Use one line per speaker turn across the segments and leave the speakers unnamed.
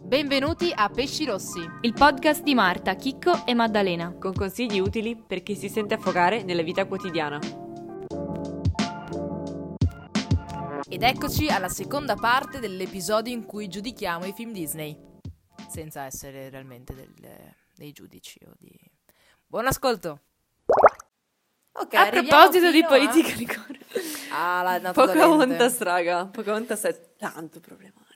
Benvenuti a Pesci Rossi.
Il podcast di Marta, Chicco e Maddalena.
con consigli utili per chi si sente affogare nella vita quotidiana.
Ed eccoci alla seconda parte dell'episodio in cui giudichiamo i film Disney. Senza essere realmente del- dei giudici o di... Buon ascolto! Ok,
a
arriviamo
proposito di
fino a-
politica di corretto.
Ah, la
Pocahontas, raga. Pocahontas è tanto problematico.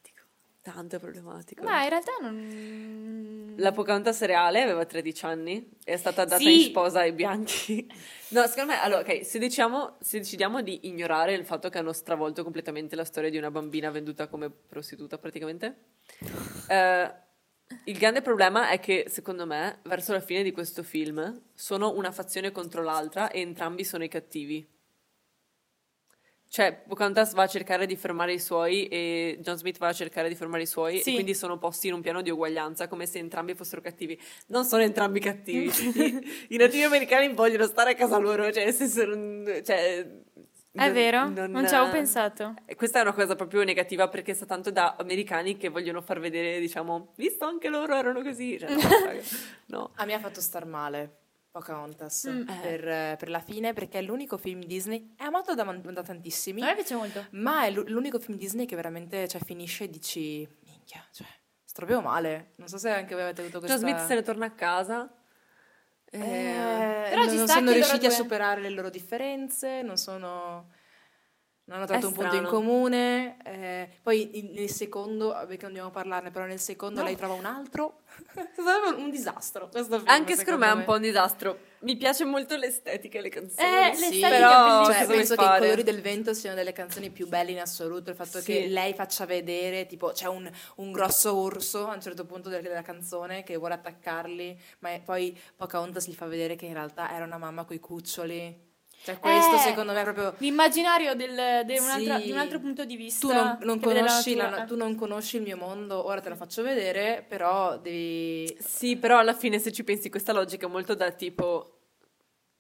Tanto problematico.
Ma in realtà non...
La Pocahontas reale aveva 13 anni, è stata data
Sì.
in sposa ai bianchi. No, secondo me, allora, ok, se, diciamo, se decidiamo di ignorare il fatto che hanno stravolto completamente la storia di una bambina venduta come prostituta praticamente, eh, il grande problema è che, secondo me, verso la fine di questo film sono una fazione contro l'altra e entrambi sono i cattivi. Cioè, Pocahontas va a cercare di fermare i suoi e John Smith va a cercare di fermare i suoi
Sì.
e quindi sono posti in un piano di uguaglianza, come se entrambi fossero cattivi. Non sono entrambi cattivi. I, i nativi americani vogliono stare a casa loro, cioè, se sono, cioè,
È
non-
vero? Non, ci avevo
eh,
pensato.
e Questa è una cosa proprio negativa perché sta tanto da americani che vogliono far vedere, diciamo, visto anche loro erano così. Cioè, no, raga, no.
A me ha fatto star male Pocahontas
Mm.
per, eh, per la fine perché è l'unico film Disney, è amato da, da tantissimi,
Eh?
A me piace molto.
ma è l'u- l'unico film Disney che veramente cioè, finisce e dici, minchia, cioè, stropevo male. Non so se anche voi avete avuto questa...
John Smith se ne torna a casa.
Eh,
Eh,
Però
non,
ci
non
sta
sono
che loro
riusciti a
due-
superare le loro differenze, non sono... Non hanno trovato
È
un punto in
strano.
comune. eh, poi in- nel secondo, perché non dobbiamo parlarne, però nel secondo
No.
lei trova un altro. è stato un disastro questo film.
Anche secondo me è un
me.
po' un disastro. Mi piace molto l'estetica e le canzoni.
Eh, le
Sì,
l'estetica è
però
bellissima.
cioè,
cosa vuoi
penso che i
fare?
colori del vento siano delle canzoni più belle in assoluto. Il fatto
Sì.
che lei faccia vedere, tipo, c'è un, un grosso orso a un certo punto del- della canzone che vuole attaccarli, ma è- poi Pocahontas gli fa vedere che in realtà era una mamma coi cuccioli. Cioè, questo
Eh,
secondo me è proprio.
L'immaginario del, de- un'altra-
Sì.
di un altro punto di vista.
Tu non, non
che vede la
conosci la-
natura.
tu non conosci il mio mondo, ora te lo faccio vedere, però devi.
Sì, però alla fine se ci pensi questa logica è molto da tipo,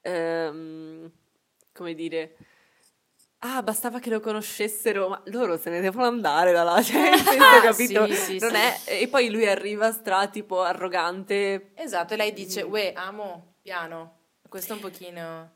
ehm, come dire, ah, bastava che lo conoscessero, ma loro se ne devono andare da là, cioè, nel senso, capito?
Sì, sì,
Non
sì.
è- E poi lui arriva stra tipo arrogante.
Esatto, e lei dice: Uè, amo, piano. Questo è un pochino.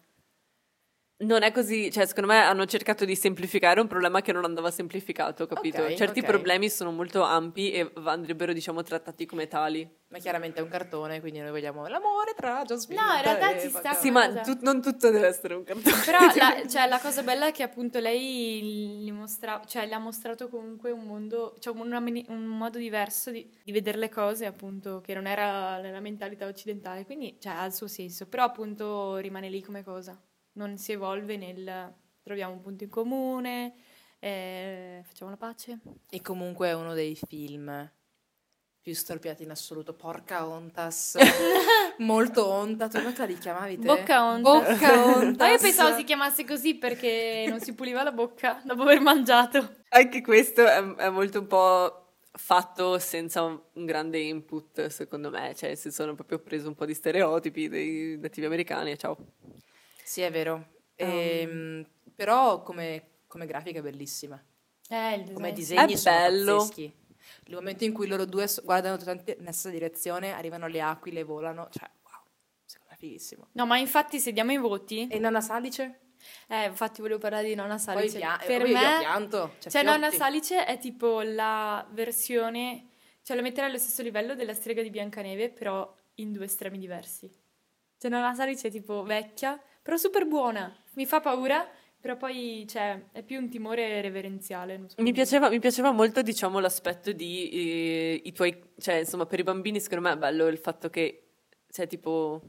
Non è così, cioè secondo me hanno cercato di semplificare un problema che non andava semplificato, capito?
Ok,
Certi
ok.
problemi sono molto ampi e va- andrebbero, diciamo, trattati come tali.
Ma chiaramente è un cartone, quindi noi vogliamo l'amore tra John Smith
No, in realtà
e
ci sta
Pocahontas.
Sì, ma
come cosa.
tut- non tutto deve essere un cartone.
Però la, cioè, la cosa bella è che appunto lei gli mostra- cioè, le ha mostrato comunque un mondo, cioè una meni- un modo diverso di, di vedere le cose, appunto, che non era nella mentalità occidentale, quindi cioè, ha il suo senso, però appunto rimane lì come cosa, non si evolve nel troviamo un punto in comune, eh, facciamo la pace.
E comunque è uno dei film più storpiati in assoluto. Porca Ontas. Molto onta. Tu come te la richiamavi te?
Bocca onta.
Bocca Ontas.
Ma io pensavo si chiamasse così perché non si puliva la bocca dopo aver mangiato.
Anche questo è, è molto un po' fatto senza un, un grande input, secondo me. Cioè, si sono proprio preso un po' di stereotipi dei nativi americani e ciao.
Sì, è vero. Ehm, però come, come grafica è bellissima.
Eh, il
Come
disegno.
disegni
È
sono
bello.
pazzeschi. Il momento in cui loro due so- guardano tutti nella stessa direzione, arrivano le aquile, volano. Cioè, wow. Secondo me è fighissimo.
No, ma infatti se diamo i voti...
E Nana Salice?
Eh, infatti volevo parlare di Nonna
Poi
Salice.
pia-
per
poi io
me,
pianto.
cioè,
Cioè,
Nonna
Fiotti.
Salice è tipo la versione, cioè la metterei allo stesso livello della strega di Biancaneve, però in due estremi diversi. Cioè Nonna Salice è tipo vecchia, però super buona, mi fa paura, però poi cioè, è più un timore reverenziale. non so come
Mi
dire.
piaceva, mi piaceva molto, diciamo, l'aspetto di eh, i tuoi... Cioè, insomma, per i bambini secondo me è bello il fatto che, cioè, tipo...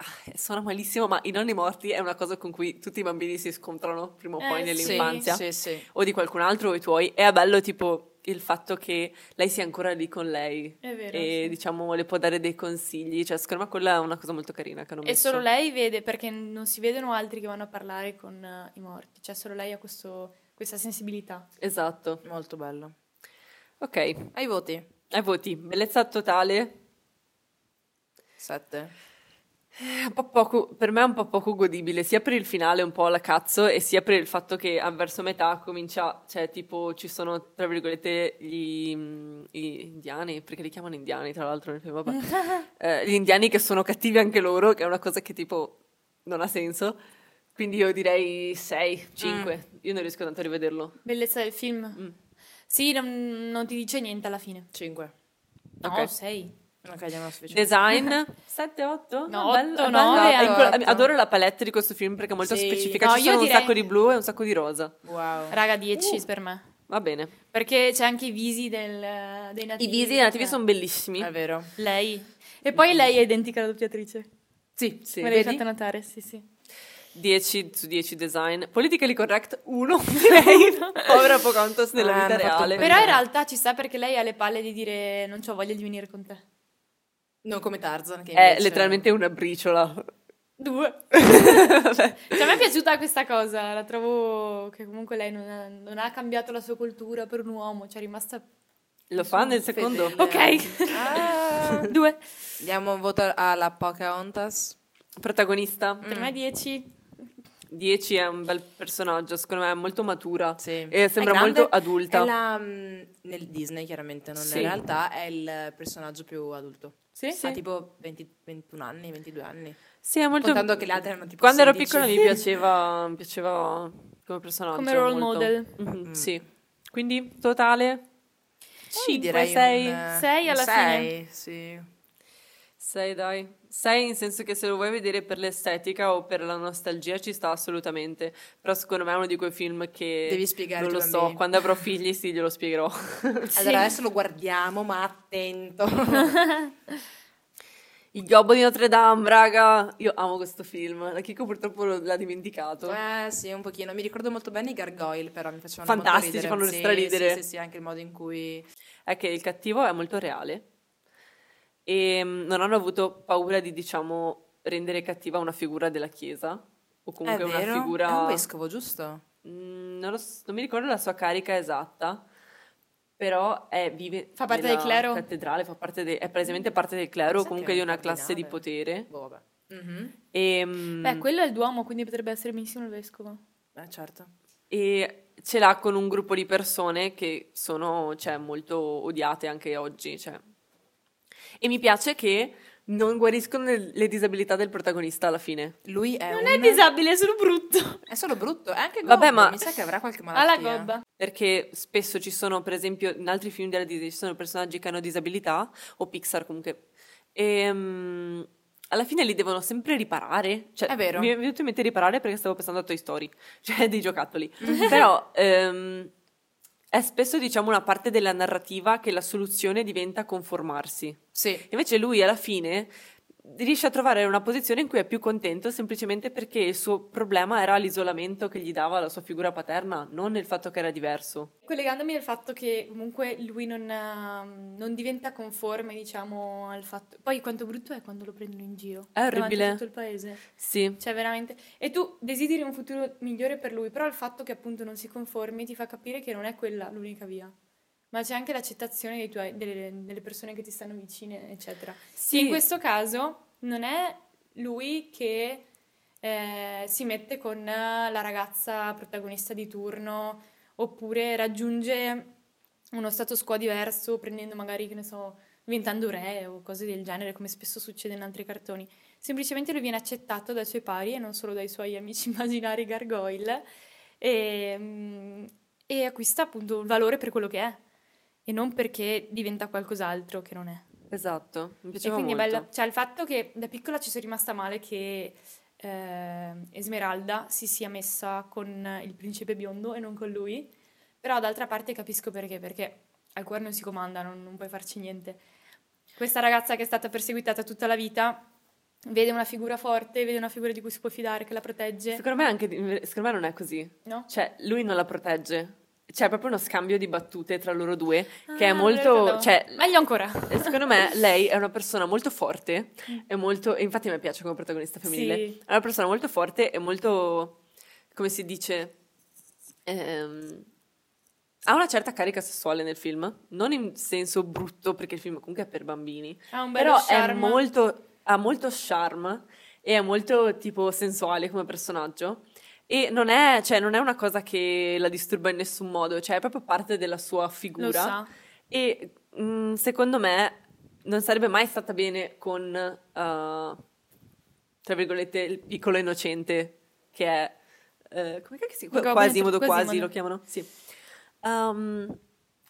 ah, Suona malissimo, ma i nonni morti è una cosa con cui tutti i bambini si scontrano prima o
Eh,
poi
sì.
nell'infanzia.
Sì, sì.
O di qualcun altro o i tuoi. E è bello, tipo, il fatto che lei sia ancora lì con lei.
È vero.
e
sì.
diciamo le può dare dei consigli. Cioè, secondo me quella è una cosa molto carina che hanno
E
messo.
solo lei vede, perché non si vedono altri che vanno a parlare con eh, i morti, cioè solo lei ha questo- questa sensibilità.
Esatto.
Molto bello.
Ok,
Ai voti?
ai voti. Bellezza totale.
7.
È Eh, un po' poco- per me è un po' poco godibile, sia per il finale un po' alla cazzo e sia per il fatto che a verso metà comincia, cioè tipo ci sono tra virgolette gli, mm, gli indiani, perché li chiamano indiani tra l'altro nel film, vabbè. Eh, gli indiani che sono cattivi anche loro, che è una cosa che tipo non ha senso, quindi io direi 6, 5,
Ah.
io non riesco tanto a rivederlo.
Bellezza del film.
Mm.
Sì, non, non ti dice niente alla fine.
5.
No,
Ok.
sei.
Ok, andiamo alla
Cioè,
sufficienza.
Design 7, 8?
No, otto, nove, otto.
Adoro la palette di questo film perché è molto
Sì.
specifica.
No,
Ci
io
sono
direi-
un sacco di blu e un sacco di rosa.
Wow.
Raga, 10
Uh.
per me.
Va bene.
Perché c'è anche i visi del, dei nativi.
I visi dei nativi
Eh.
sono bellissimi.
È vero.
Lei. E poi lei è identica alla doppiatrice.
Sì, sì.
Me l'hai
Vedi?
fatto notare, sì, sì.
10 su 10 design. Politically correct 1, direi. Povera Pocahontas nella
Ah,
vita
hanno fatto
reale.
un
Però in realtà ci sta perché lei ha le palle di dire non ho voglia di venire con te.
Non come Tarzan, che
è
invece-
Eh, letteralmente una briciola.
Due. Cioè, a me è piaciuta questa cosa, la trovo che comunque lei non ha, non ha cambiato la sua cultura per un uomo, cioè è rimasta...
Lo fa nel secondo.
fedele.
Ok,
Ah.
due.
Diamo un voto alla Pocahontas.
Protagonista.
Per me dieci.
10 è un bel personaggio, secondo me è molto matura.
Sì.
E Eh, sembra
È grande,
molto adulta.
è la, mm, nel Disney, chiaramente, non
Sì.
nella realtà, è il personaggio più adulto.
Sì? Oh,
Ha tipo 20 21 anni, 22 anni.
Sì, è molto...
Contando che le altre erano tipo
Quando ero
16.
piccola mi piaceva, mi piaceva come personaggio.
Come role
molto.
model.
Mhm,
Mm.
Sì. Quindi totale
Sì,
5,
direi
6.
un,
sei
un
alla
sei, sì.
6 dai. 6 in senso che se lo vuoi vedere per l'estetica o per la nostalgia ci sta assolutamente. Però secondo me è uno di quei film che...
Devi spiegare ai
Non lo
tuoi
so,
bambini.
quando avrò figli sì, glielo spiegherò.
Allora adesso lo guardiamo, ma attento.
Il Gobbo di Notre Dame, raga. Io amo questo film. La Chico purtroppo lo- l'ha dimenticato.
eh sì, un pochino. Mi ricordo molto bene i gargoyle, però mi facevano
Fantastici,
molto ridere.
fanno
sì,
straridere.
Sì, sì, sì, anche il modo in cui
è che il cattivo è molto reale e mm, non hanno avuto paura di, diciamo, rendere cattiva una figura della Chiesa o comunque
è
una
vero?
figura...
È un vescovo, giusto?
Mm, non, lo s- non mi ricordo la sua carica esatta, però è, vive
Fa parte
nella
del clero?
cattedrale, fa parte de- è palesemente parte del clero
Sai
o
che
comunque
è
di
un
una classe di
cardinale?
potere.
Boh, vabbè. Mhm.
E, mm,
Beh, quello è il Duomo, quindi potrebbe essere benissimo il vescovo.
Eh, certo.
e ce l'ha con un gruppo di persone che sono cioè, molto odiate anche oggi. cioè. E mi piace che non guariscono le, le disabilità del protagonista alla fine.
Lui è
Non
un...
è disabile, è solo brutto.
È solo brutto, è anche gobbo.
Vabbè, ma-
Mi sa che avrà qualche
Ha la
malattia.
gobba.
Perché spesso ci sono, per esempio, in altri film della Disney ci sono personaggi che hanno disabilità, o Pixar comunque. E mm, alla fine li devono sempre riparare. Cioè,
È vero.
Mi è venuto in mente riparare perché stavo pensando a Toy Story, cioè dei giocattoli.
Mm-hmm.
Però ehm, è spesso, diciamo, una parte della narrativa che la soluzione diventa conformarsi.
Sì.
Invece lui alla fine riesce a trovare una posizione in cui è più contento semplicemente perché il suo problema era l'isolamento che gli dava la sua figura paterna, non il fatto che era diverso.
Collegandomi al fatto che comunque lui non, ha- non diventa conforme, diciamo, al fatto... Poi quanto brutto è quando lo prendono in giro.
È
davanti a
orribile.
tutto il paese.
Sì,
Cioè, veramente. E tu desideri un futuro migliore per lui, però il fatto che appunto non si conformi ti fa capire che non è quella l'unica via. Ma c'è anche l'accettazione dei tuoi- delle, delle persone che ti stanno vicine, eccetera. Che in questo caso non è lui che eh, si mette con eh, la ragazza protagonista di turno oppure raggiunge uno status quo diverso prendendo magari, che ne so, diventando re o cose del genere, come spesso succede in altri cartoni. Semplicemente lui viene accettato dai suoi pari e non solo dai suoi amici immaginari gargoyle e, mm, e acquista appunto il valore per quello che è e non perché diventa qualcos'altro che non è.
esatto, mi
E
piaceva
quindi è
molto.
bello, cioè il fatto che da piccola ci sono rimasta male che eh, Esmeralda si sia messa con il principe biondo e non con lui, però d'altra parte capisco perché, perché al cuore non si comanda, non, non puoi farci niente. Questa ragazza che è stata perseguitata tutta la vita vede una figura forte, vede una figura di cui si può fidare, che la protegge,
Secondo me, anche, secondo me non è così.
no?
Cioè, lui non la protegge. C'è proprio uno scambio di battute tra loro due che
Ah,
è
non me lo
molto...
ricordavo.
Cioè,
Meglio ancora.
Secondo me lei è una persona molto forte e molto. e infatti mi piace come protagonista femminile.
Sì.
È una persona molto forte e molto. come si dice. ehm, ha una certa carica sessuale nel film. Non in senso brutto, perché il film comunque è per bambini.
Ha un bello
Però è
charme.
molto. ha molto charme e è molto tipo sensuale come personaggio. E non è, cioè, non è una cosa che la disturba in nessun modo, cioè è proprio parte della sua figura.
Lo sa.
E mm, secondo me non sarebbe mai stata bene con, eh, tra virgolette, il piccolo innocente che è... eh, come cacchio si chiama? Quasimodo,
Quasimodo,
quasi
Quasimodo.
lo chiamano. Sì. Ehm,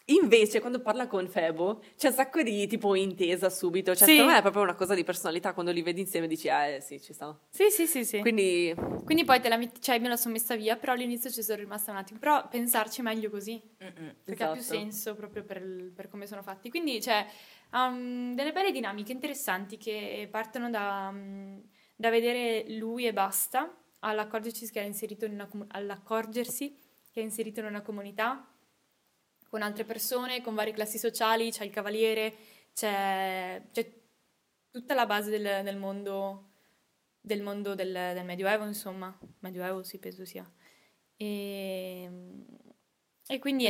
invece quando parla con Febo c'è un sacco di tipo intesa subito, cioè
Sì.
secondo me è proprio una cosa di personalità, quando li vedi insieme dici ah eh, sì ci sta.
Sì, sì, sì, sì. Quindi,
Quindi
poi te la metti, cioè me la sono messa via, però all'inizio ci sono rimasta un attimo. Però pensarci è meglio così,
Mm-mm.
perché ha più
Esatto.
senso proprio per, il- per come sono fatti. Quindi, cioè, ha mm, delle belle dinamiche interessanti che partono da, mm, da vedere lui e basta, all'accorgersi che è inserito in una, comu- all'accorgersi che è inserito in una comunità, con altre persone, con varie classi sociali, c'è il cavaliere, c'è, c'è tutta la base del, del mondo del mondo del, del medioevo, insomma, medioevo sì, penso sia. E, e quindi è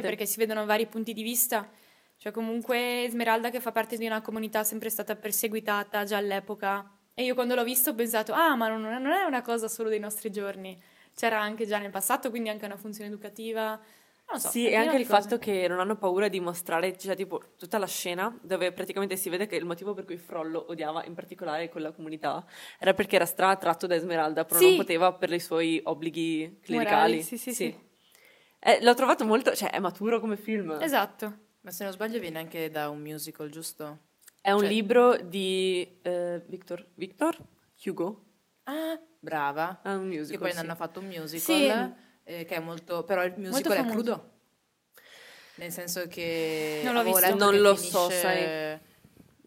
Interessante.
perché si vedono vari punti di vista, cioè comunque Esmeralda che fa parte di una comunità è sempre stata perseguitata già all'epoca e io quando l'ho visto ho pensato, ah ma non, non è una cosa solo dei nostri giorni, c'era anche già nel passato, quindi anche una funzione educativa, non lo so.
Sì,
è
e
pieno
anche
di
il
cose.
fatto che non hanno paura di mostrare, cioè, tipo, tutta la scena dove praticamente si vede che il motivo per cui Frollo odiava in particolare quella comunità era perché era stratratto da Esmeralda, però
Sì.
non poteva per i suoi obblighi clericali.
Morali, sì, sì, sì.
Eh, l'ho trovato molto, cioè, è maturo come film.
Esatto.
Ma se non sbaglio viene anche da un musical, giusto?
È un
Cioè-
libro di eh, Victor, Victor Hugo.
Ah, brava.
È un
Che
musical.
poi ne
sì.
hanno fatto un musical
Sì.
eh, che è molto. però il musical è
famoso.
crudo. Nel senso che.
Non l'ho
avevo
visto.
letto
Non
che
lo
finisce-
so, sai.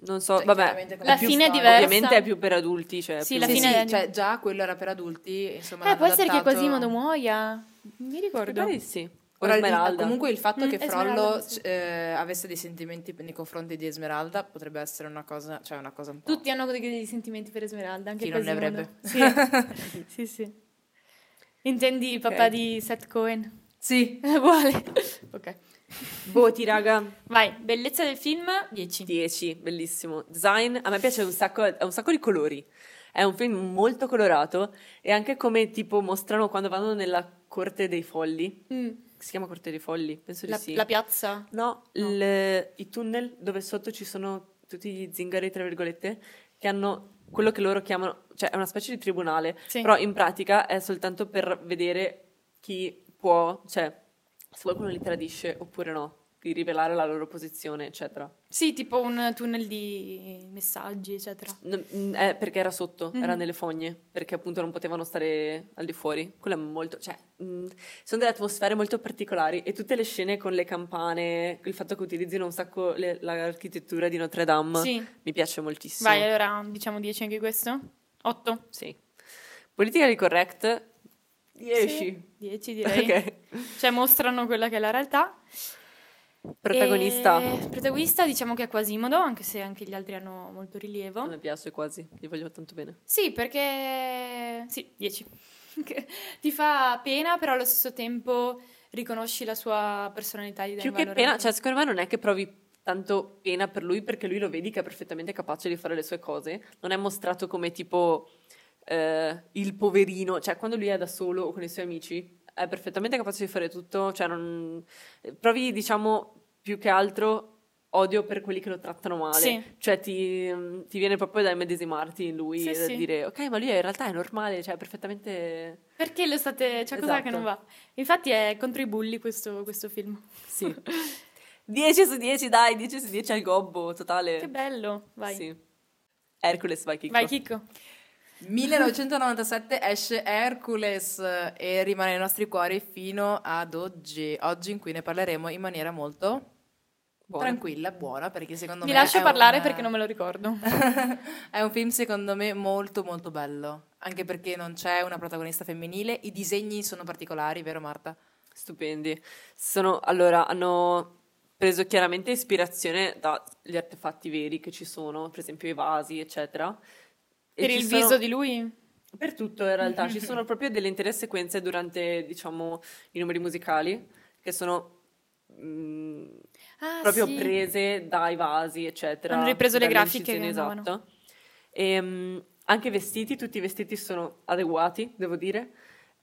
Non so,
cioè,
vabbè.
chiaramente come
La
più
fine è
storia.
diversa.
Ovviamente è più per adulti, cioè più-
Sì, la
Sì,
fine
sì,
è-
cioè già quello era per adulti, insomma.
Eh,
l'hanno
può essere che
adattato-
Quasimodo muoia. Non mi
Mi
ricordo.
pare di sì. O
Ora, il- eh,
Esmeralda.
comunque il fatto
Mm,
che
Esmeralda,
Frollo
sì.
eh, avesse dei sentimenti nei confronti di Esmeralda potrebbe essere una cosa, cioè una cosa un po'.
Tutti hanno dei, dei sentimenti per Esmeralda, anche
Chi non ne
Quasimodo. Sì. sì, sì. Intendi il papà
Ok.
di Seth Cohen?
Sì,
Uguale. ok.
Voti, raga.
Vai, bellezza del film 10.
10, bellissimo. Design, a me piace un sacco, ha un sacco di colori. È un film molto colorato e anche come tipo mostrano quando vanno nella corte dei folli.
Mm.
Si chiama corte dei folli? Penso
La,
di sì.
la piazza.
no, il- i tunnel dove sotto ci sono tutti gli zingari, tra virgolette, che hanno quello che loro chiamano, cioè è una specie di tribunale,
Sì.
però in pratica è soltanto per vedere chi può, cioè se qualcuno li tradisce oppure no, di rivelare la loro posizione, eccetera.
Sì, tipo un tunnel di messaggi, eccetera.
No, mm, eh, perché era sotto,
Mhm.
era nelle fogne, perché appunto non potevano stare al di fuori. Quello è molto, cioè, mm, sono delle atmosfere molto particolari e tutte le scene con le campane, il fatto che utilizzino un sacco le- l'architettura di Notre Dame,
Sì.
mi piace moltissimo.
Vai, allora diciamo 10 anche questo. 8.
Sì. Politically correct, 10.
10 direi. Cioè mostrano quella che è la realtà.
Protagonista,
E- protagonista diciamo che è Quasimodo, anche se anche gli altri hanno molto
a
rilievo.
me piace quasi, gli voglio tanto bene.
Sì, perché... Sì, 10. Che Ti fa pena, però allo stesso tempo riconosci la sua personalità di
Più che pena, cioè secondo me non è che provi tanto pena per lui perché lui lo vedi che è perfettamente capace di fare le sue cose, non è mostrato come tipo eh, il poverino, cioè quando lui è da solo o con i suoi amici è perfettamente capace di fare tutto, cioè non... provi diciamo più che altro odio per quelli che lo trattano male,
Sì.
cioè ti, ti viene proprio da immedesimarti in lui
Sì,
e da
sì.
dire ok ma lui in realtà è normale, cioè è perfettamente...
Perché lo state... C'è cosa che
Esatto.
non va. Infatti è contro i bulli questo, questo film.
Sì. 10 su 10 dai, 10 su 10 al gobbo totale.
Che bello, vai.
Sì. Hercules, vai Chicco.
Vai Chicco.
1997 esce Hercules e rimane nei nostri cuori fino ad oggi. Oggi in cui ne parleremo in maniera molto
Buona.
tranquilla, buona, perché secondo
Mi
me
lascio
è
parlare
un-
eh,
perché non me lo ricordo.
è un film secondo me molto molto bello, anche perché non c'è una protagonista femminile, i disegni sono particolari, vero Marta?
Stupendi. Sono, allora, hanno preso chiaramente ispirazione dagli artefatti veri che ci sono, per esempio i vasi, eccetera. E
per
ci
il
sono-
viso di lui?
Per tutto, in realtà. ci sono proprio delle intere sequenze durante, diciamo, i numeri musicali, che sono... mm,
Ah,
proprio
sì.
prese dai vasi, eccetera.
Hanno ripreso le
dalle
grafiche
incisioni,
che andavano.
esatto. Ehm, anche i vestiti, tutti i vestiti sono adeguati, devo dire.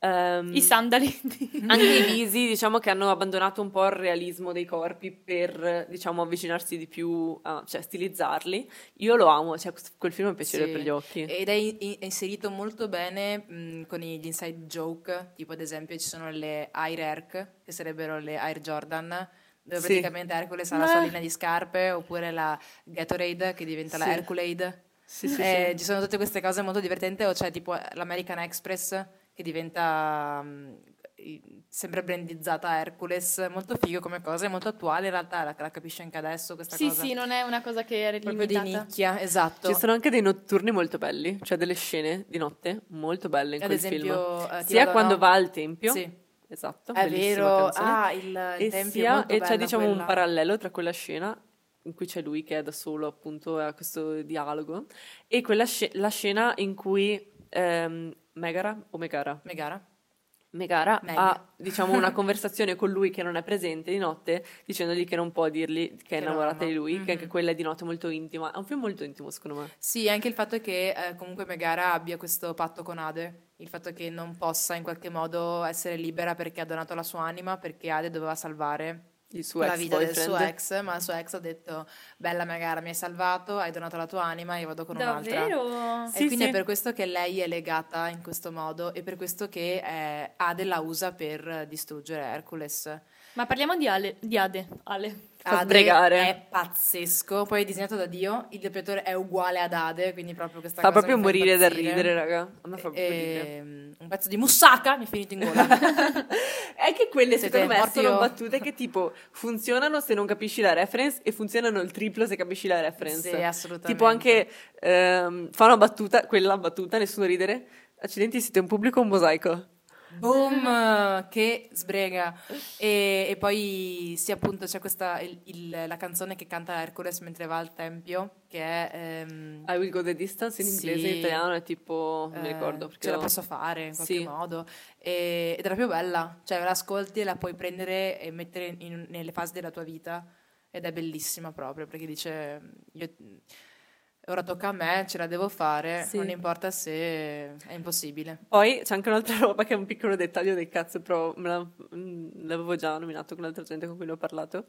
Ehm,
I sandali.
anche i visi, diciamo che hanno abbandonato un po' il realismo dei corpi per, diciamo, avvicinarsi di più, a, cioè stilizzarli. Io lo amo, cioè, quest- quel film è
Sì.
piacevole
Eh,
per gli occhi.
Ed è in- in- inserito molto bene mh, con i- gli inside joke, tipo ad esempio ci sono le Air Erc, che sarebbero le Air Jordan, dove
Sì.
praticamente Hercules ha la
Ah.
sua linea di scarpe, oppure la Gatorade che diventa
Sì.
la Herculade.
Sì, sì,
Eh,
sì.
Ci sono tutte queste cose molto divertenti, o c'è tipo l'American Express che diventa mh, i- sempre brandizzata Hercules, molto figo come cosa, è molto attuale in realtà, la, la capisci anche adesso questa
sì,
cosa.
sì, non è una cosa che era
Proprio
limitata.
di nicchia, esatto.
Ci sono anche dei notturni molto belli, cioè delle scene di notte molto belle in
Ad
quel film.
esempio, eh,
Sia
Tirola,
quando
no?
va al tempio,
Sì.
esatto,
È
bellissima
vero,
canzone.
ah, il, il
e,
tempio è
sia-
molto
e c'è
bella
diciamo
quella.
un parallelo tra quella scena in cui c'è lui che è da solo appunto e ha questo dialogo e quella sce- la scena in cui ehm, Megara o Megara?
Megara?
Megara
Meg.
ha diciamo una conversazione con lui che non è presente di notte dicendogli che non può dirgli che è
Che lo
innamorata
ama.
di lui,
Mhm.
che anche quella è di notte molto intima. È un film molto intimo secondo me.
Sì, anche il fatto che eh, comunque Megara abbia questo patto con Ade, il fatto che non possa in qualche modo essere libera perché ha donato la sua anima, perché Ade doveva salvare
Il suo
la
ex
vita del suo
boyfriend.
ex, ma il suo ex ha detto "Bella Megara, mi hai salvato, hai donato la tua anima, io vado con un'altra".
Davvero?
E
Sì,
quindi
sì.
è per questo che lei è legata in questo modo e per questo che eh, Ade la usa per distruggere Hercules.
Ma parliamo di, Ale, di Ade. Ale.
Fa
Ade
sbregare.
è pazzesco, poi è disegnato da Dio, il doppiatore è uguale ad Ade, quindi proprio questa
Fa
cosa
proprio
mi fa
morire dal
impazzire.
ridere, raga. A me fa proprio ridere.
Ehm, un pezzo di Mussaka mi è finito in gola.
È che quelle
Siete
secondo me
morti
sono
o-
battute che tipo funzionano se non capisci la reference e funzionano il triplo se capisci la reference.
sì, assolutamente.
tipo anche ehm, fa una battuta, quella battuta, nessuno ridere. Accidenti, siete un pubblico o un mosaico?
Boom, che sbrega. E, e poi sì, appunto, c'è questa il- il- la canzone che canta Hercules mentre va al tempio, che è ehm,
I will go the distance in
Sì.
inglese, in italiano è tipo, non mi
eh,
ricordo perché
ce la
no.
posso fare in qualche
Sì.
modo E- ed è la più bella, cioè la ascolti e la puoi prendere e mettere in- nelle fasi della tua vita ed è bellissima proprio perché dice io- ora tocca a me, ce la devo fare,
Sì.
non importa se è impossibile.
Poi c'è anche un'altra roba che è un piccolo dettaglio del cazzo, però me la- mm, l'avevo già nominato con l'altra gente con cui ne ho parlato.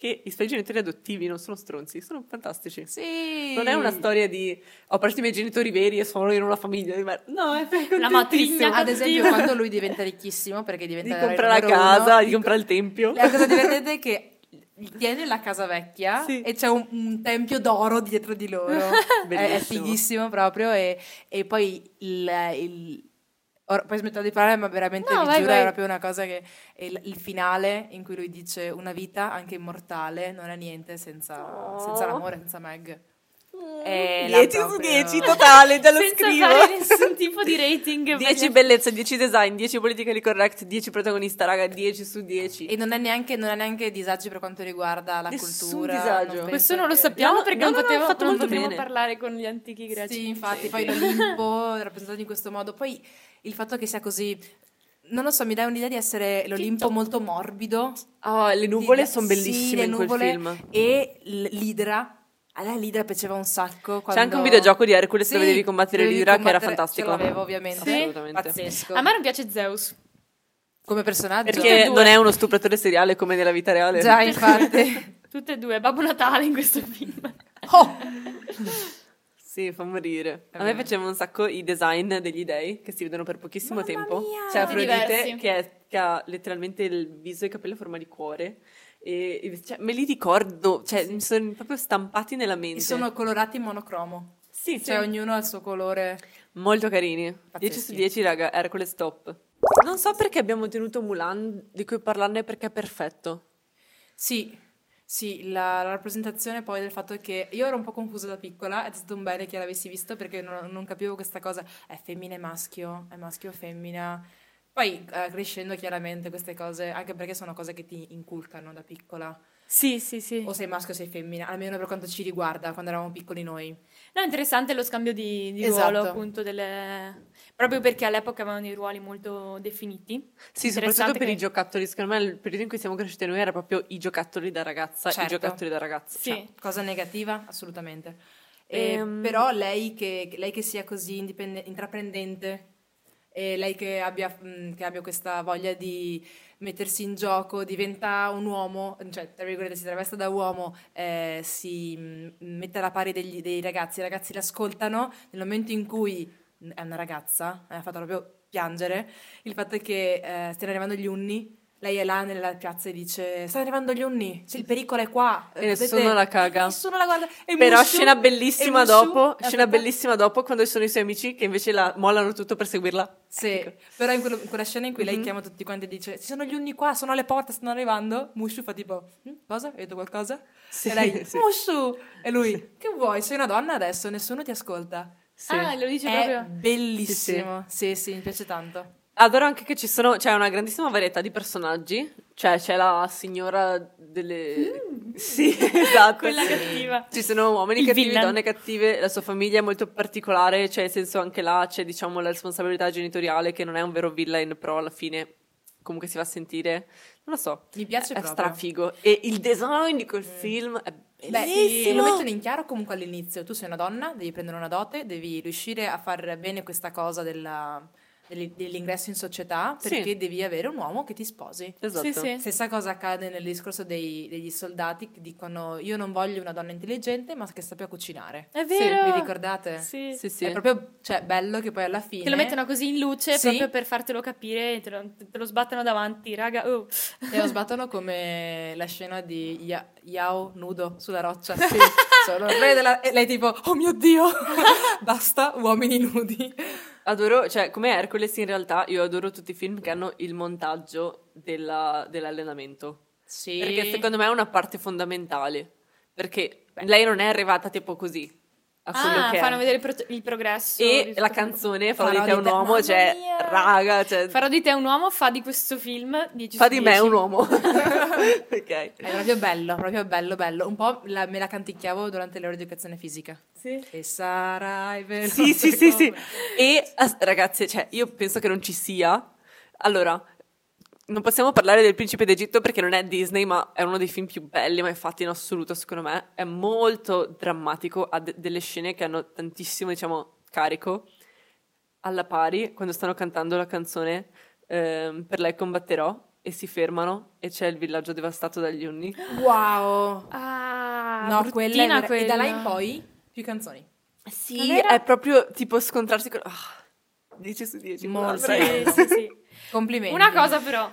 Che i suoi genitori adottivi non sono stronzi, sono fantastici.
Sì.
Non è una storia di ho perso i miei genitori veri e sono in una famiglia di merda. No, è contentissimo.
matrigna.
Ad esempio,
Continua.
quando lui diventa ricchissimo perché diventa
di
l'eroe
comprare la
numero
casa,
uno,
di comprare il tempio.
La cosa divertente è che gli tiene la casa vecchia
Sì.
e c'è un, un tempio d'oro dietro di loro. è, è
Bellissimo.
fighissimo proprio. E, e poi il. il or- poi smetto di parlare, ma veramente
No,
vi
vai,
giuro,
vai.
è proprio una cosa che. è Il, il finale in cui lui dice: Una vita anche immortale non è niente senza,
Oh.
senza l'amore, senza Meg.
Eh,
Eh,
10
la
su
proprio-
10 totale, già lo
Senza
scrivo.
fare nessun tipo di rating.
10 bellezza, 10 design, 10 politically correct, 10 protagonista, raga, 10 su 10.
E non ha neanche, non ha neanche disagi per quanto riguarda la
Nessun
cultura.
disagio.
penso
Questo non lo
che-
sappiamo
No,
perché
no,
non,
no, no,
potevo,
hai fatto
non
molto
potremo
bene.
parlare con gli antichi greci.
Sì, infatti,
Sì,
poi
sì.
l'Olimpo rappresentato in questo modo, poi il fatto che sia così, non lo so, mi dà un'idea di essere l'Olimpo molto morbido
Oh, le nuvole
Sì,
sono bellissime
le
in quel
nuvole
film.
e l- l'idra, a lei l'idra piaceva un sacco.
C'è anche un videogioco di Hercules dove devi combattere
dovevi
l'idra, che era
combattere-
fantastico.
Ce l'avevo ovviamente,
Sì? Assolutamente.
pazzesco.
A me non piace Zeus.
Come personaggio?
Tutte e
Perché
due.
non è uno stupratore seriale come nella vita reale.
Già, infatti.
Tutte e due, Babbo Natale in questo film.
Oh!
Sì, fa morire.
È
A me
vero.
piacevano un sacco i design degli dei che si vedono per pochissimo
Mamma
tempo.
mia!
C'è
Tutti
Afrodite
diversi.
che, è- che ha letteralmente il viso e i capelli a forma di cuore. E, e- cioè, me li ricordo, cioè, mi sono proprio stampati nella mente.
E sono colorati in monocromo,
Sì,
cioè
sì.
ognuno ha il suo colore.
Molto carini. 10 su
Pazzeschi.
10, raga, Hercules top. Non so perché abbiamo tenuto Mulan di cui parlarne perché è perfetto.
Sì, sì, la, la rappresentazione poi del fatto che io ero un po' confusa da piccola, è stato un bene che l'avessi visto perché non, non capivo questa cosa, è femmina e maschio, è maschio e femmina. Poi eh, crescendo chiaramente queste cose, anche perché sono cose che ti inculcano da piccola,
Sì, sì, sì.
o sei maschio o sei femmina, almeno per quanto ci riguarda quando eravamo piccoli noi.
No, è interessante lo scambio di, di
Esatto.
ruolo, appunto, delle... proprio perché all'epoca avevano dei ruoli molto definiti.
Sì, soprattutto
Interessante
per
che-
i giocattoli. Secondo me il periodo in cui siamo cresciuti noi era proprio i giocattoli da ragazza, i
Certo.
giocattoli da ragazzo.
Sì.
Cioè,
Cosa negativa? Assolutamente. Eh,
Ehm.
Però lei che, lei che sia così indipende- intraprendente, e lei che abbia, mm, che abbia questa voglia di mettersi in gioco, diventa un uomo, cioè tra virgolette si travesta da uomo, eh, si mm, mette alla pari degli- dei ragazzi, i ragazzi l'ascoltano, nel momento in cui mm, è una ragazza, eh, ha fatto proprio piangere, il fatto è che eh, stiano arrivando gli unni, lei è là nella piazza e dice stanno arrivando gli unni, sì, il pericolo è qua.
E
eh,
nessuno
potete-
la caga.
Nessuno la guarda. E
Però
Mushu-
scena bellissima
e Mushu-
dopo,
aspetta.
scena bellissima dopo quando ci sono i suoi amici che invece la mollano tutto per seguirla.
Sì, però in, quello- in quella scena in cui lei
Mhm.
chiama tutti quanti e dice ci sono gli unni qua, sono alle porte, stanno arrivando. Mushu fa tipo, "Hm? cosa? Hai detto qualcosa?
Sì,
e lei,
sì.
Mushu! E lui, che vuoi? Sei una donna adesso, nessuno ti ascolta.
Sì.
Ah, lo dice
È
proprio.
bellissimo. Sì, sì, mi piace tanto.
Adoro anche che ci sono, c'è una grandissima varietà di personaggi, cioè c'è la signora delle...
Mm.
Sì, esatto.
Quella cattiva.
Ci sono uomini
Il
cattivi,
villain.
donne cattive, la sua famiglia è molto particolare, cioè nel senso anche là c'è diciamo la responsabilità genitoriale che non è un vero villain, però alla fine comunque si fa sentire, non lo so,
Mi piace
è
proprio. Mm.
strafigo. E il design di quel film è
Beh, sì, lo
bellissimo.
mettono in chiaro comunque all'inizio. Tu sei una donna, devi prendere una dote, devi riuscire a far bene questa cosa della- dell- dell'ingresso in società
Sì.
perché devi avere un uomo che ti sposi.
Esatto.
Sì, sì.
Stessa cosa accade nel discorso dei- degli soldati che dicono io non voglio una donna intelligente ma che sappia cucinare.
È
Sì,
vero.
Vi ricordate?
Sì.
Sì, sì.
È proprio cioè, bello che poi alla fine...
Te lo mettono così in luce
Sì.
proprio per fartelo capire, te lo, te lo sbattono davanti, raga. oh.
E lo sbattono come la scena di Ya- Yao nudo sulla roccia. Sono il re della- E lei tipo, oh mio Dio, basta uomini nudi.
Adoro, cioè come Hercules in realtà io adoro tutti i film che hanno il montaggio della- dell'allenamento.
Sì.
Perché secondo me è una parte fondamentale. Perché lei non è arrivata tipo così a quello
Ah,
che
fanno
è.
vedere il, pro- il progresso.
E
rispetto
la
a-
canzone Farò di
Farò
te
di
un
te-
uomo,
Mamma
cioè,
mia!
raga, cioè,
Farò di te un uomo fa di questo film 10
fa di me un
uomo.
uomo. ok.
È proprio bello, proprio bello, bello. Un po' la- me la canticchiavo durante le ore di educazione fisica.
Sì.
E sarai veloce
Sì, sì, sì, sì.
come-
E as- ragazze, cioè, io penso che non ci sia. Allora, non possiamo parlare del Principe d'Egitto perché non è Disney, ma è uno dei film più belli, ma infatti in assoluto, secondo me, è molto drammatico, ha de- delle scene che hanno tantissimo, diciamo, carico. Alla pari, quando stanno cantando la canzone ehm, Per lei combatterò e si fermano e c'è il villaggio devastato dagli unni.
Wow.
Ah,
no, quella, è
bruttina
vera- E da là in
quella.
poi più canzoni.
Sì,
Vero?
è proprio tipo scontrarsi con... Ah, 10 su 10.
Molto.
guarda.
Sì, sì, sì.
Complimenti.
Una cosa però,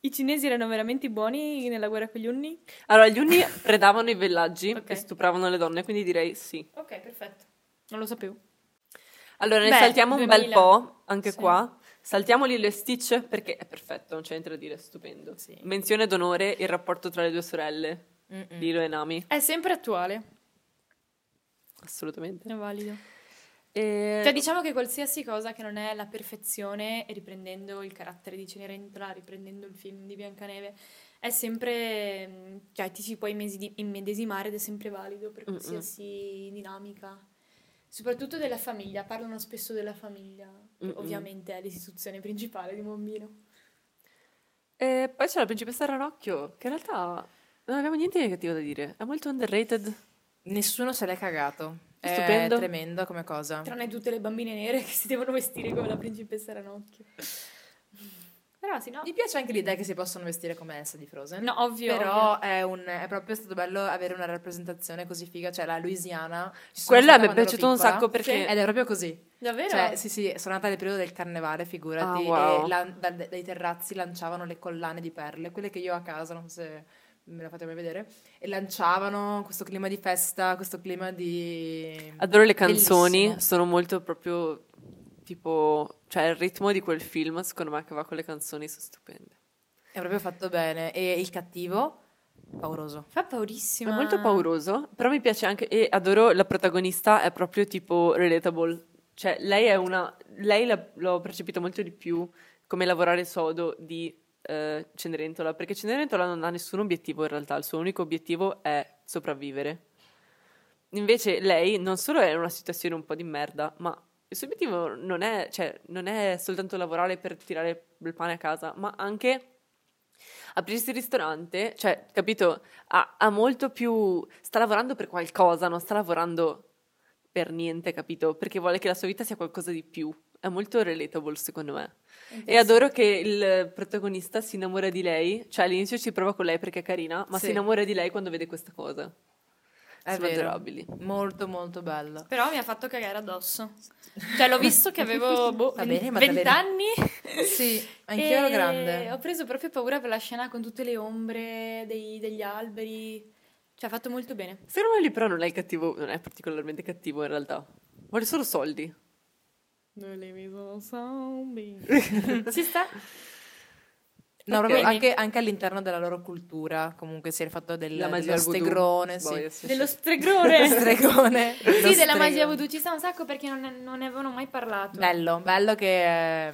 i cinesi erano veramente buoni nella guerra con gli unni?
Allora, gli unni predavano i villaggi
Ok.
e stupravano le donne, quindi direi sì.
Ok, perfetto. Non lo sapevo.
Allora, ne
Beh,
saltiamo un bel
2000.
po', anche
Sì.
qua. Saltiamo Lilo e Stitch perché è perfetto, non c'è niente da dire, è stupendo.
Sì.
Menzione d'onore, il rapporto tra le due sorelle,
Mm-mm.
Lilo e Nami,
È sempre attuale,
assolutamente.
è valido.
E-
Eh,
Cioè diciamo che qualsiasi cosa che non è la perfezione, e riprendendo il carattere di Cenerentola, riprendendo il film di Biancaneve, è sempre... mm, cioè ti ci puoi mesi- immedesimare ed è sempre valido per
Mm,
Mm-mm.
qualsiasi dinamica. Soprattutto della famiglia, parlano spesso della famiglia,
Mm,
che
Mm-mm.
ovviamente è l'istituzione principale di un bambino.
e poi c'è la principessa Ranocchio, che in realtà non abbiamo niente di negativo da dire, è molto underrated.
Nessuno se l'è cagato. È
Stupendo.
tremendo come cosa.
Tranne tutte le bambine nere che si devono vestire come la principessa Ranocchio. Però sì, no.
Mi piace anche l'idea che si possono vestire come Elsa di Frozen.
No, ovvio.
Però è, un- è proprio stato bello avere una rappresentazione così figa, cioè la Louisiana. Ci sono stata
Quella mi è
quando ero
piaciuta un
piccola,
sacco perché...
Ed è proprio così.
ovvio. Davvero?
Cioè, sì, sì, sono nata nel periodo del carnevale, figurati.
Ah, wow.
E la- dal- dai terrazzi lanciavano le collane di perle, quelle che io ho a casa, non so se me la fate mai vedere. E lanciavano questo clima di festa, questo clima di.
Adoro le canzoni,
Bellissimo.
sono molto proprio tipo, cioè il ritmo di quel film, secondo me che va con le canzoni, sono stupende.
È proprio fatto bene. E il cattivo, pauroso.
Fa paurissimo.
È molto pauroso, però mi piace anche e adoro la protagonista, è proprio tipo relatable. Cioè, lei è una lei la- l'ho percepita molto di più come lavorare sodo di eh, Cenerentola, perché Cenerentola non ha nessun obiettivo in realtà, il suo unico obiettivo è sopravvivere. Invece lei non solo è in una situazione un po' di merda, ma il suo obiettivo non è, cioè, non è soltanto lavorare per tirare il pane a casa, ma anche aprirsi il ristorante, cioè, capito, ha, ha molto più... sta lavorando per qualcosa, non sta lavorando per niente capito, perché vuole che la sua vita sia qualcosa di più. È molto relatable, secondo me. E adoro che il protagonista si innamora di lei, cioè all'inizio ci prova con lei perché è carina, ma
Sì.
si innamora di lei quando vede questa cosa.
È
Sono
vero.
adorabili.
Molto molto bello.
Però mi ha fatto cagare addosso. Cioè, l'ho visto che avevo boh,
Va bene,
20
Maddalena.
anni.
Sì, anch'io ero
e
grande.
Ho preso proprio paura per la scena con tutte le ombre dei- degli alberi. Cioè, ha fatto molto bene.
Secondo me lì però non è cattivo, non è particolarmente cattivo in realtà. Vuole solo soldi.
Ci sta?
No,
Ok.
proprio anche, anche all'interno della loro cultura, comunque si era fatto del,
La
dello
magia al voodoo.
stegrone, sì.
Boh, sì,
Dello
sì.
stregone.
stregone.
sì,
Lo
della
strega.
magia voodoo. Ci sta un sacco perché non, ne- non ne avevano mai parlato.
Bello, bello che eh,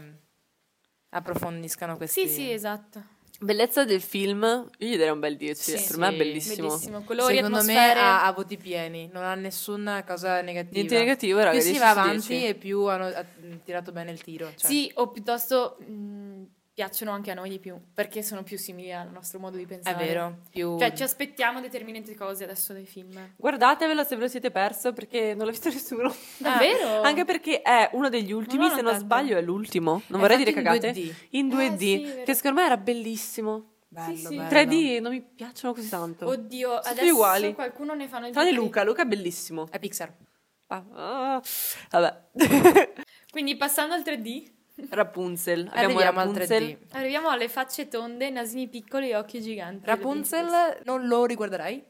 approfondiscano questi...
Sì, sì, esatto.
Bellezza del film, io gli darei un bel 10,
Sì.
per me è
Sì.
bellissimo.
Bellissimo. Colori,
Secondo me
atmosfere.
ha, ha voti pieni, non ha nessuna cosa negativa.
Niente negativo, raga,
Più si
10
va
su
avanti
10.
e più hanno ha- tirato bene il tiro. cioè.
Sì, o piuttosto mh, piacciono anche a noi di più, perché sono più simili al nostro modo di
è
pensare.
vero. Più...
Cioè, ci aspettiamo determinate cose adesso dai
Ah,
film.
Guardatevelo se ve lo siete perso perché non l'ha visto nessuno.
Davvero?
Anche perché è uno degli ultimi,
Ah, Non l'ho
se non
notato.
sbaglio è l'ultimo. Non
È
vorrei
fatto
dire
in
cagate.
2D.
In 2D,
Eh, sì, vero.
che secondo me era bellissimo.
Bello,
Sì, sì.
bello.
3D non mi piacciono così tanto.
Oddio,
tutti
adesso
uguali.
qualcuno ne fanno il Eh.
Tranne Luca, Luca è bellissimo.
È Pixar.
Ah, ah, vabbè.
Quindi passando al 3D, Eh,
Rapunzel. Abbiamo
Arriviamo al
Rapunzel.
3D.
arriviamo alle facce tonde, nasini piccoli e occhi giganti.
Rapunzel non lo riguarderei.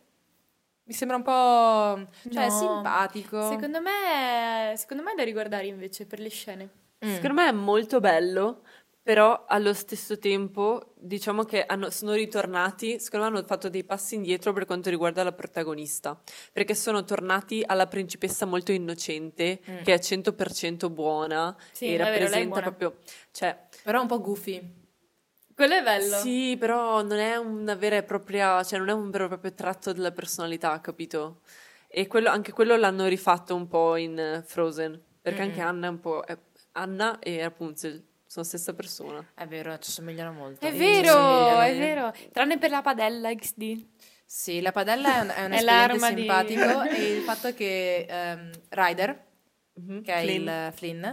Mi sembra un po'... Cioè,
No.
Ecco.
simpatico. Mm.
Secondo me, secondo me è da riguardare invece per le scene.
Mm.
Secondo me è molto bello, però allo stesso tempo diciamo che hanno- sono ritornati, secondo me hanno fatto dei passi indietro per quanto riguarda la protagonista, perché sono tornati alla principessa molto innocente,
Mm.
che è 100% buona
Sì,
e
è vero, lei è
rappresenta
buona.
proprio... Cioè,
Però è un po' goofy.
Quello è bello.
sì, però non è una vera e propria, cioè non è un vero e proprio tratto della personalità, capito? E quello- anche quello l'hanno rifatto un po' in eh, Frozen, perché
Mm-mm.
anche Anna è un po'... è- Anna e Rapunzel sono stessa persona.
È vero, ci somigliano molto.
È
Sì,
vero,
ci somigliano.
Oh, è vero. Tranne per la padella XD.
Sì, la padella è un, è un
È
espediente
l'arma di-
simpatico e il fatto che ehm, Ryder,
Mhm.
che è
Flynn.
eh,
il Flynn,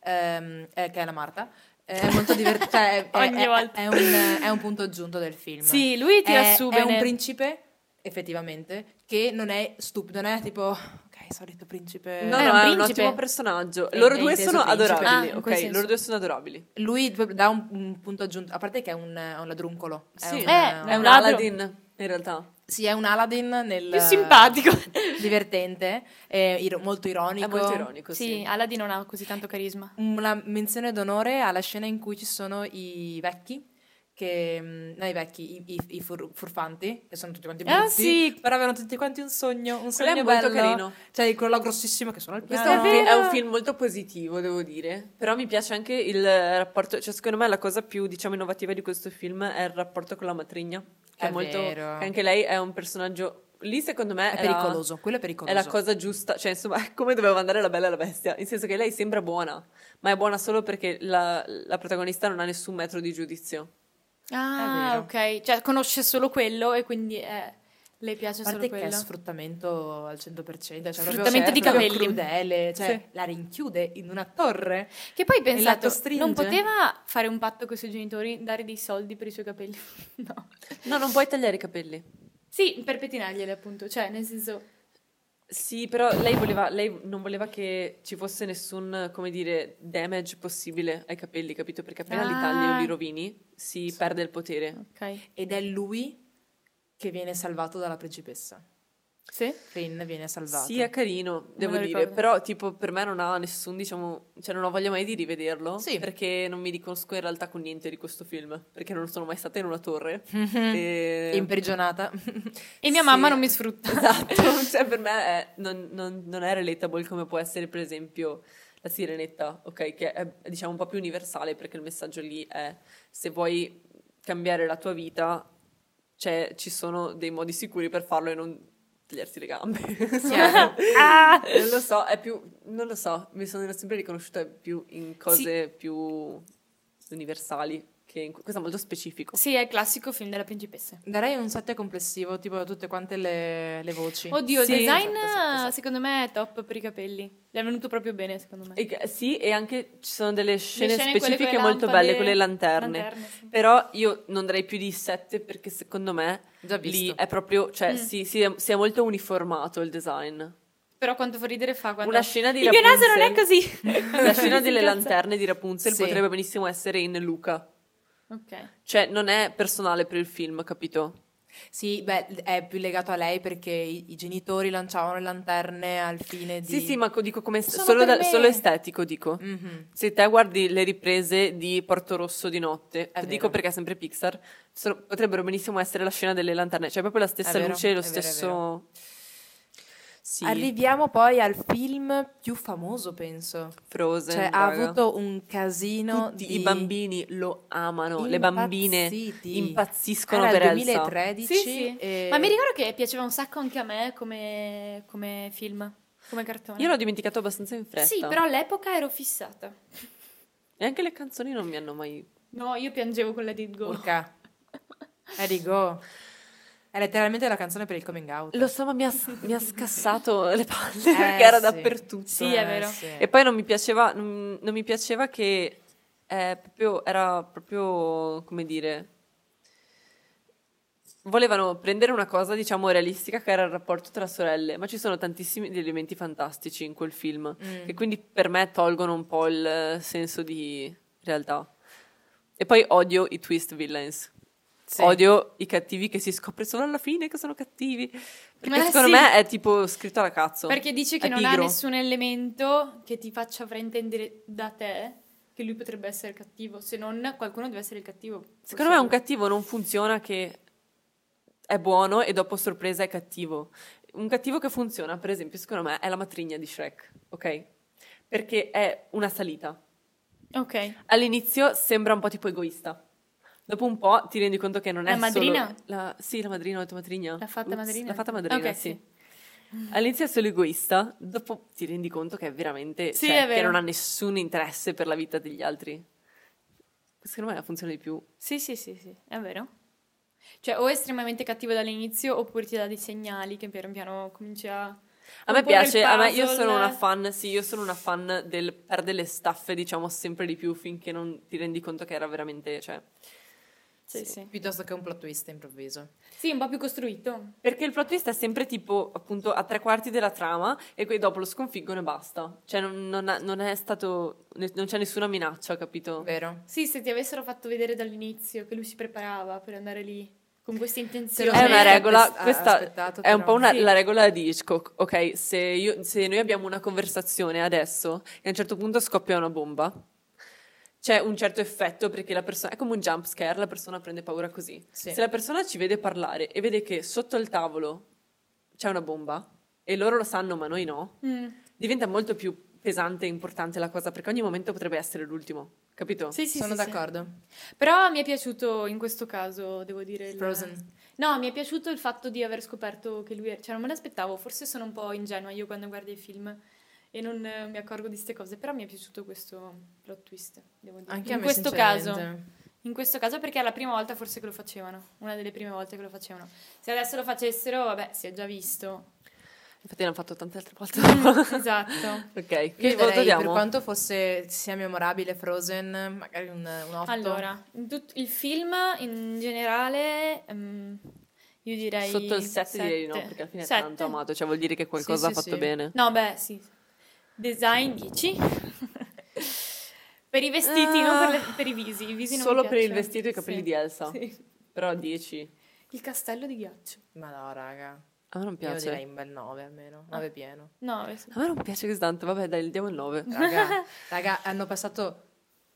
ehm, eh, che è la Marta, è molto divertente. cioè, è, è-
Ogni
è-
volta.
è un, è un punto aggiunto del film.
Sì, lui tira
è,
su
è
bene.
un principe, effettivamente, che non è stupido, non è tipo, ok, solito principe.
No, no,
Era un
è un
principe.
ottimo personaggio.
È-
loro
è
due
inteso
sono
principe.
adorabili,
Ah, in quel
ok?
senso.
Loro due sono adorabili.
Lui proprio dà un, un punto aggiunto, a parte che è un, è un ladruncolo. È
Sì.
un,
Eh,
È un
ladro.
Aladdin, in realtà.
Sì, è un Aladdin nel...
Più simpatico.
Divertente, è iro- molto ironico.
È molto ironico, sì.
Ecco. Sì, Ah, Aladdin non ha così tanto carisma.
Una menzione d'onore alla scena in cui ci sono i vecchi, che, mm, no i vecchi, i, i- i fur- furfanti, che sono tutti quanti brutti,
Ah, sì.
però avevano tutti quanti un sogno, un
Quello
sogno
è molto
bello.
carino.
Cioè quello là grossissimo che sono al
Questo
piano.
è un, fi- è un
vero.
film molto positivo, devo dire. Però mi piace anche il rapporto. Cioè, secondo me la cosa più, diciamo, innovativa di questo film è il rapporto con la matrigna. Che è,
È
molto.
vero.
che anche lei è un personaggio. Lì, secondo me,
È
era-
pericoloso, quello è pericoloso.
È la cosa giusta, cioè insomma è come doveva andare la bella e la bestia, nel senso che lei sembra buona, ma è buona solo perché la, la protagonista non ha nessun metro di giudizio.
Ah, ok. Cioè, conosce solo quello e quindi eh, le piace
A
solo
parte che è
quello.
sfruttamento al 100%, cioè proprio-
Sfruttamento
cioè,
di
proprio
capelli.
crudele, cioè
Sì.
la rinchiude in una torre.
Che poi
la
pensate,
costringe?
non poteva fare un patto con i suoi genitori, dare dei soldi per i suoi capelli? no.
No, non puoi tagliare i capelli.
Sì, per pettinarglieli appunto, cioè nel senso...
Sì, però lei, voleva, lei non voleva che ci fosse nessun, come dire, damage possibile ai capelli, capito? Perché appena li
Ah.
tagli o li rovini si perde il potere.
Ok.
Ed è lui che viene salvato dalla principessa.
Sì?
Flynn viene salvato.
Sì, è carino, devo
Esatto. lo
dire,
ricordo.
però tipo per me non ha nessun, diciamo, cioè non ho voglia mai di rivederlo,
Sì.
perché non mi riconosco in realtà con niente di questo film, perché non sono mai stata in una torre.
Mhm.
E...
Imprigionata.
E mia
Sì.
mamma non mi sfrutta.
Esatto, cioè per me è- non, non- non è relatable come può essere per esempio la sirenetta, ok? Che è diciamo un po' più universale perché il messaggio lì è se vuoi cambiare la tua vita c'è- ci sono dei modi sicuri per farlo e non tagliarsi le gambe.
Chiaro.
Ah.
non lo so, è più, non lo so, mi sono sempre riconosciuta più in cose più universali. che in- questo è molto specifico.
Sì, è il classico film della principessa.
Darei un 7 complessivo, tipo tutte quante le, le voci.
Oddio,
Sì,
il design
esatto, esatto, esatto.
secondo me è top per i capelli. Gli è venuto proprio bene, secondo me.
E che- sì, e anche ci sono delle
Le
scene,
scene, quelle con le
specifiche molto
lampade,
belle con le lanterne.
lanterne, sì.
Però io non darei più di 7 perché secondo me
Già
lì
visto.
è proprio, cioè
Mm.
sì, sì, è, si è molto uniformato il design.
Però quanto fa ridere fa quando...
Una scena di
Il mio naso non
Rapunzel-
è così!
La scena
Si
delle
incazza.
lanterne di Rapunzel
Sì.
potrebbe benissimo essere in Luca.
Ok.
Cioè, non è personale per il film, capito?
Sì, beh, è più legato a lei perché i, i genitori lanciavano le lanterne al fine di...
Sì, sì, ma co- dico come
Sono
solo,
per
da-
me.
solo estetico, dico.
Mhm.
Se te guardi le riprese di Porto Rosso di notte,
È
lo
vero.
dico perché è sempre Pixar, sono- potrebbero benissimo essere la scena delle lanterne, cioè proprio la stessa
È vero,
luce,
è
lo
vero, è
stesso... Sì,
Arriviamo poi al film più famoso, penso.
Frozen,
Cioè, ha
raga.
avuto un casino
Tutti
di...
i bambini lo amano, le bambine
Impazziti.
impazziscono
Era
per
il
Elsa.
2013
Sì, sì.
e-
Ma mi ricordo che piaceva un sacco anche a me come, come film, come cartone.
Io l'ho dimenticato abbastanza in fretta.
Sì, però all'epoca ero fissata.
E anche le canzoni non mi hanno mai...
No, io piangevo con la Did Go.
Urca. Let it go. È letteralmente la canzone per il coming out.
Lo so, ma mi ha, mi ha scassato le palle
Eh,
perché era
sì.
dappertutto. eh.
Sì, è vero.
sì.
E poi non mi piaceva, non, non mi piaceva che eh, proprio- era proprio, come dire, volevano prendere una cosa, diciamo, realistica che era il rapporto tra sorelle, ma ci sono tantissimi degli elementi fantastici in quel film,
Mm.
che quindi per me tolgono un po' il eh, senso di realtà. E poi odio i twist villains.
Sì.
Odio i cattivi che si scopre solo alla fine che sono cattivi. Perché
Ma
secondo
sì.
me è tipo scritto alla cazzo.
Perché dice che
Esatto. È
non ha
pigro.
nessun elemento che ti faccia fraintendere da te che lui potrebbe essere cattivo, se non qualcuno deve essere il cattivo.
Secondo me un cattivo non funziona che è buono e dopo sorpresa è cattivo. Un cattivo che funziona, per esempio, secondo me è la matrigna di Shrek, ok? Perché è una salita.
Ok.
All'inizio sembra un po' tipo egoista. Dopo un po' ti rendi conto che non è
La madrina?
solo... La Sì, la madrina, ho detto matrigna.
La fatta
Ups,
madrina?
La fatta madrina,
Ok,
sì.
sì.
All'inizio è solo egoista, dopo ti rendi conto che è veramente...
Sì,
cioè,
è
Che
vero.
non ha nessun interesse per la vita degli altri. Secondo me la funziona di più.
Sì, sì, sì, sì, è vero. Cioè, o è estremamente cattivo dall'inizio, oppure ti dà dei segnali che piano piano comincia a...
A me
comporre il
piace, a me io
puzzle.
sono una fan, sì, io sono una fan del perde le staffe, diciamo, sempre di più finché non ti rendi conto che era veramente, cioè,
Sì,
Sì.
sì.
Piuttosto che un plot twist improvviso.
Sì, un po' più costruito.
perché il plot twist è sempre tipo, appunto, a tre quarti della trama e poi dopo lo sconfiggono e basta. Cioè non, non ha- non è stato ne- non c'è nessuna minaccia, capito?
Vero?
Sì, se ti avessero fatto vedere dall'inizio che lui si preparava per andare lì con
Se
questa
lo
intenzione...
È una
sarei
regola,
aspett-
questa
aspettato,
è un
però.
po' una-
Sì.
la regola di Hitchcock, ok? Se, io- se noi abbiamo una conversazione adesso e a un certo punto scoppia una bomba, c'è un certo effetto perché la persona, è come un jump scare, la persona prende paura così.
Sì.
Se la persona ci vede parlare e vede che sotto il tavolo c'è una bomba e loro lo sanno ma noi no,
Mm.
diventa molto più pesante e importante la cosa perché ogni momento potrebbe essere l'ultimo, capito?
Sì, sì,
Sono
sì, sì.
d'accordo.
Però mi è piaciuto in questo caso, devo dire... il-
Frozen.
No, mi è piaciuto il fatto di aver scoperto che lui era... Cioè, non me l'aspettavo, forse sono un po' ingenua io quando guardo i film e non eh, mi accorgo di queste cose, però mi è piaciuto questo plot twist, devo dire.
Anche
in
a me,
questo caso.
sinceramente.
In questo caso perché è la prima volta forse che lo facevano, una delle prime volte che lo facevano. Se adesso lo facessero, vabbè, si è già visto.
Infatti l'hanno fatto tante altre volte.
esatto.
ok,
Io
che voto
darei, per
diamo?
quanto fosse sia memorabile Frozen, magari un, un 8.
Allora, in tut- il film in generale, ehm, io direi...
Sotto il 7 direi di no,
sette.
perché alla fine è
Sette?
tanto amato, cioè vuol dire che qualcosa
Sì, sì,
ha fatto
sì.
bene.
No, beh, sì. Design 10. per i vestiti, non per, le- per i visi. I visi non
Solo
mi
per il
piacciono.
vestito e i capelli
Sì.
di Elsa.
Sì.
Però 10.
Il castello di ghiaccio.
Ma no, raga.
A me non
Io
piace.
direi un bel 9 almeno, 9 pieno.
No, eh, sì.
A me non piace così tanto. Vabbè, dai, diamo il 9.
Raga, raga, hanno passato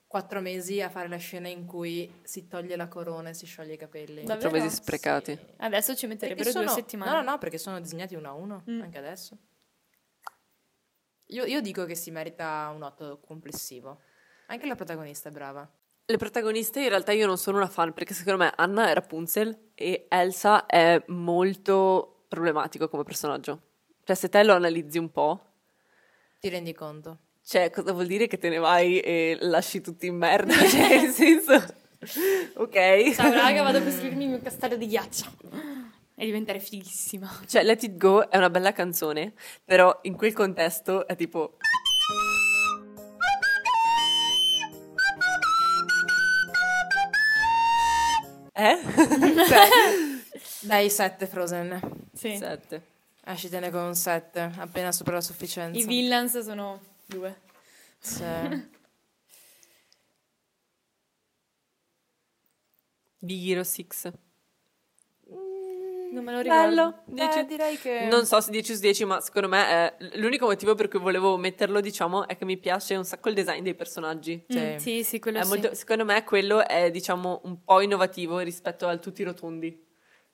quattro mesi a fare la scena in cui si toglie la corona e si scioglie i capelli.
Davvero?
Quattro mesi sprecati.
adesso
Perché
ci metterebbero due
sono-
settimane.
No, no, no, perché sono disegnati uno a uno,
Mm.
anche adesso. Io, io dico che si merita un 8 complessivo. Anche la protagonista è brava.
Le protagoniste in realtà io non sono una fan perché secondo me Anna è Rapunzel e Elsa è molto problematico come personaggio. Cioè se te lo analizzi un po',
Ti rendi conto?
cioè cosa vuol dire che te ne vai e lasci tutti in merda? Cioè nel senso... ok.
Ciao raga, vado a costruirmi il mio castello di ghiaccio. E diventare fighissima.
Cioè, Let It Go è una bella canzone, però in quel contesto è tipo... Eh?
Dai, 7 Frozen.
Sì.
Sette.
Escitene con 7, appena sopra la sufficienza.
I villains sono due.
Sì.
Big Hero 6.
Non me lo ricordo.
Bello.
Eh,
Beh,
Dieci-
direi che...
Non so se 10 su 10, ma secondo me è l'unico motivo per cui volevo metterlo, diciamo, è che mi piace un sacco il design dei personaggi.
Mm,
Sì.
sì, sì, quello
È
sì.
molto- secondo me quello è, diciamo, un po' innovativo rispetto al tutti rotondi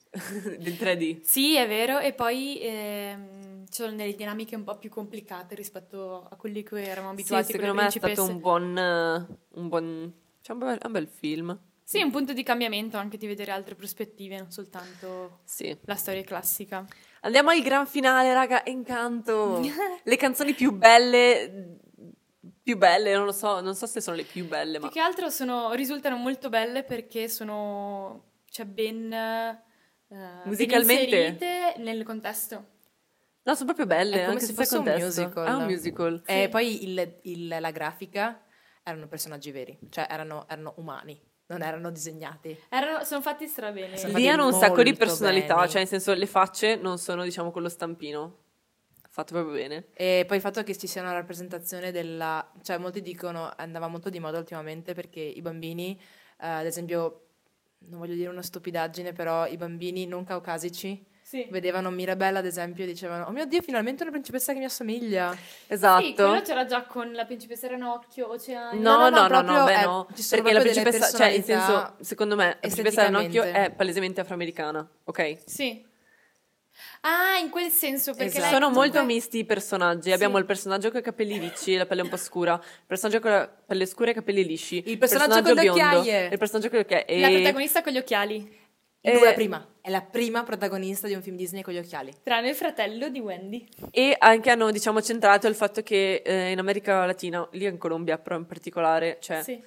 del 3D.
Sì, è vero, e poi ehm, ci sono delle dinamiche un po' più complicate rispetto a quelli che eravamo
sì,
abituati con le
secondo me è stato
principesse.
un buon... eh, Un buon cioè, un bel, un bel film.
Sì, un punto di cambiamento anche di vedere altre prospettive, non soltanto
Sì.
la storia classica.
Andiamo al gran finale, raga, Encanto. le canzoni più belle... Più belle, non lo so, non so se sono le più belle, ma...
Più che altro sono- risultano molto belle perché sono cioè, ben, eh, ben
Musicalmente?
inserite nel contesto.
No, sono proprio belle,
È come
anche
se
senza
fosse un
contesto.
musical.
È un musical.
E
Sì.
poi il- il- la grafica erano personaggi veri, cioè erano, erano umani, non erano disegnati.
Erano- sono fatti strabene.
Sono
Lì
fatti
hanno un sacco di
molto
personalità,
bene.
cioè nel senso le facce non sono diciamo quello stampino. Fatto proprio bene.
E poi il fatto che ci sia una rappresentazione della... cioè molti dicono, andava molto di moda ultimamente perché i bambini, eh, ad esempio, non voglio dire una stupidaggine, però i bambini non caucasici
Sì.
vedevano Mirabella, ad esempio, e dicevano, oh mio Dio, finalmente una principessa che mi assomiglia.
Esatto.
Sì, quello c'era già con la principessa Ranocchio, Oceania.
no,
No, no, no, no,
proprio,
beh,
eh,
no.
ci sono
Perché la
proprio delle
principessa, cioè, in senso,
personalità
secondo me, la principessa
esteticamente.
Ranocchio è palesemente afroamericana, ok?
Sì. Ah, in quel senso, perché
Esatto.
lei
Sono molto
comunque-
misti i personaggi. Abbiamo il personaggio con i capelli ricci e la pelle un po' scura, il personaggio con la pelle scura e i capelli lisci, il
personaggio con le
biondo,
occhiaie.
il personaggio con le occhiaie.
La
E-
protagonista con gli occhiali,
Lui
Eh.
è la prima, è la prima protagonista di un film Disney con gli occhiali.
tranne il fratello di Wendy.
E anche hanno, diciamo, centrato il fatto che eh, in America Latina, lì in Colombia però in particolare, cioè
Sì.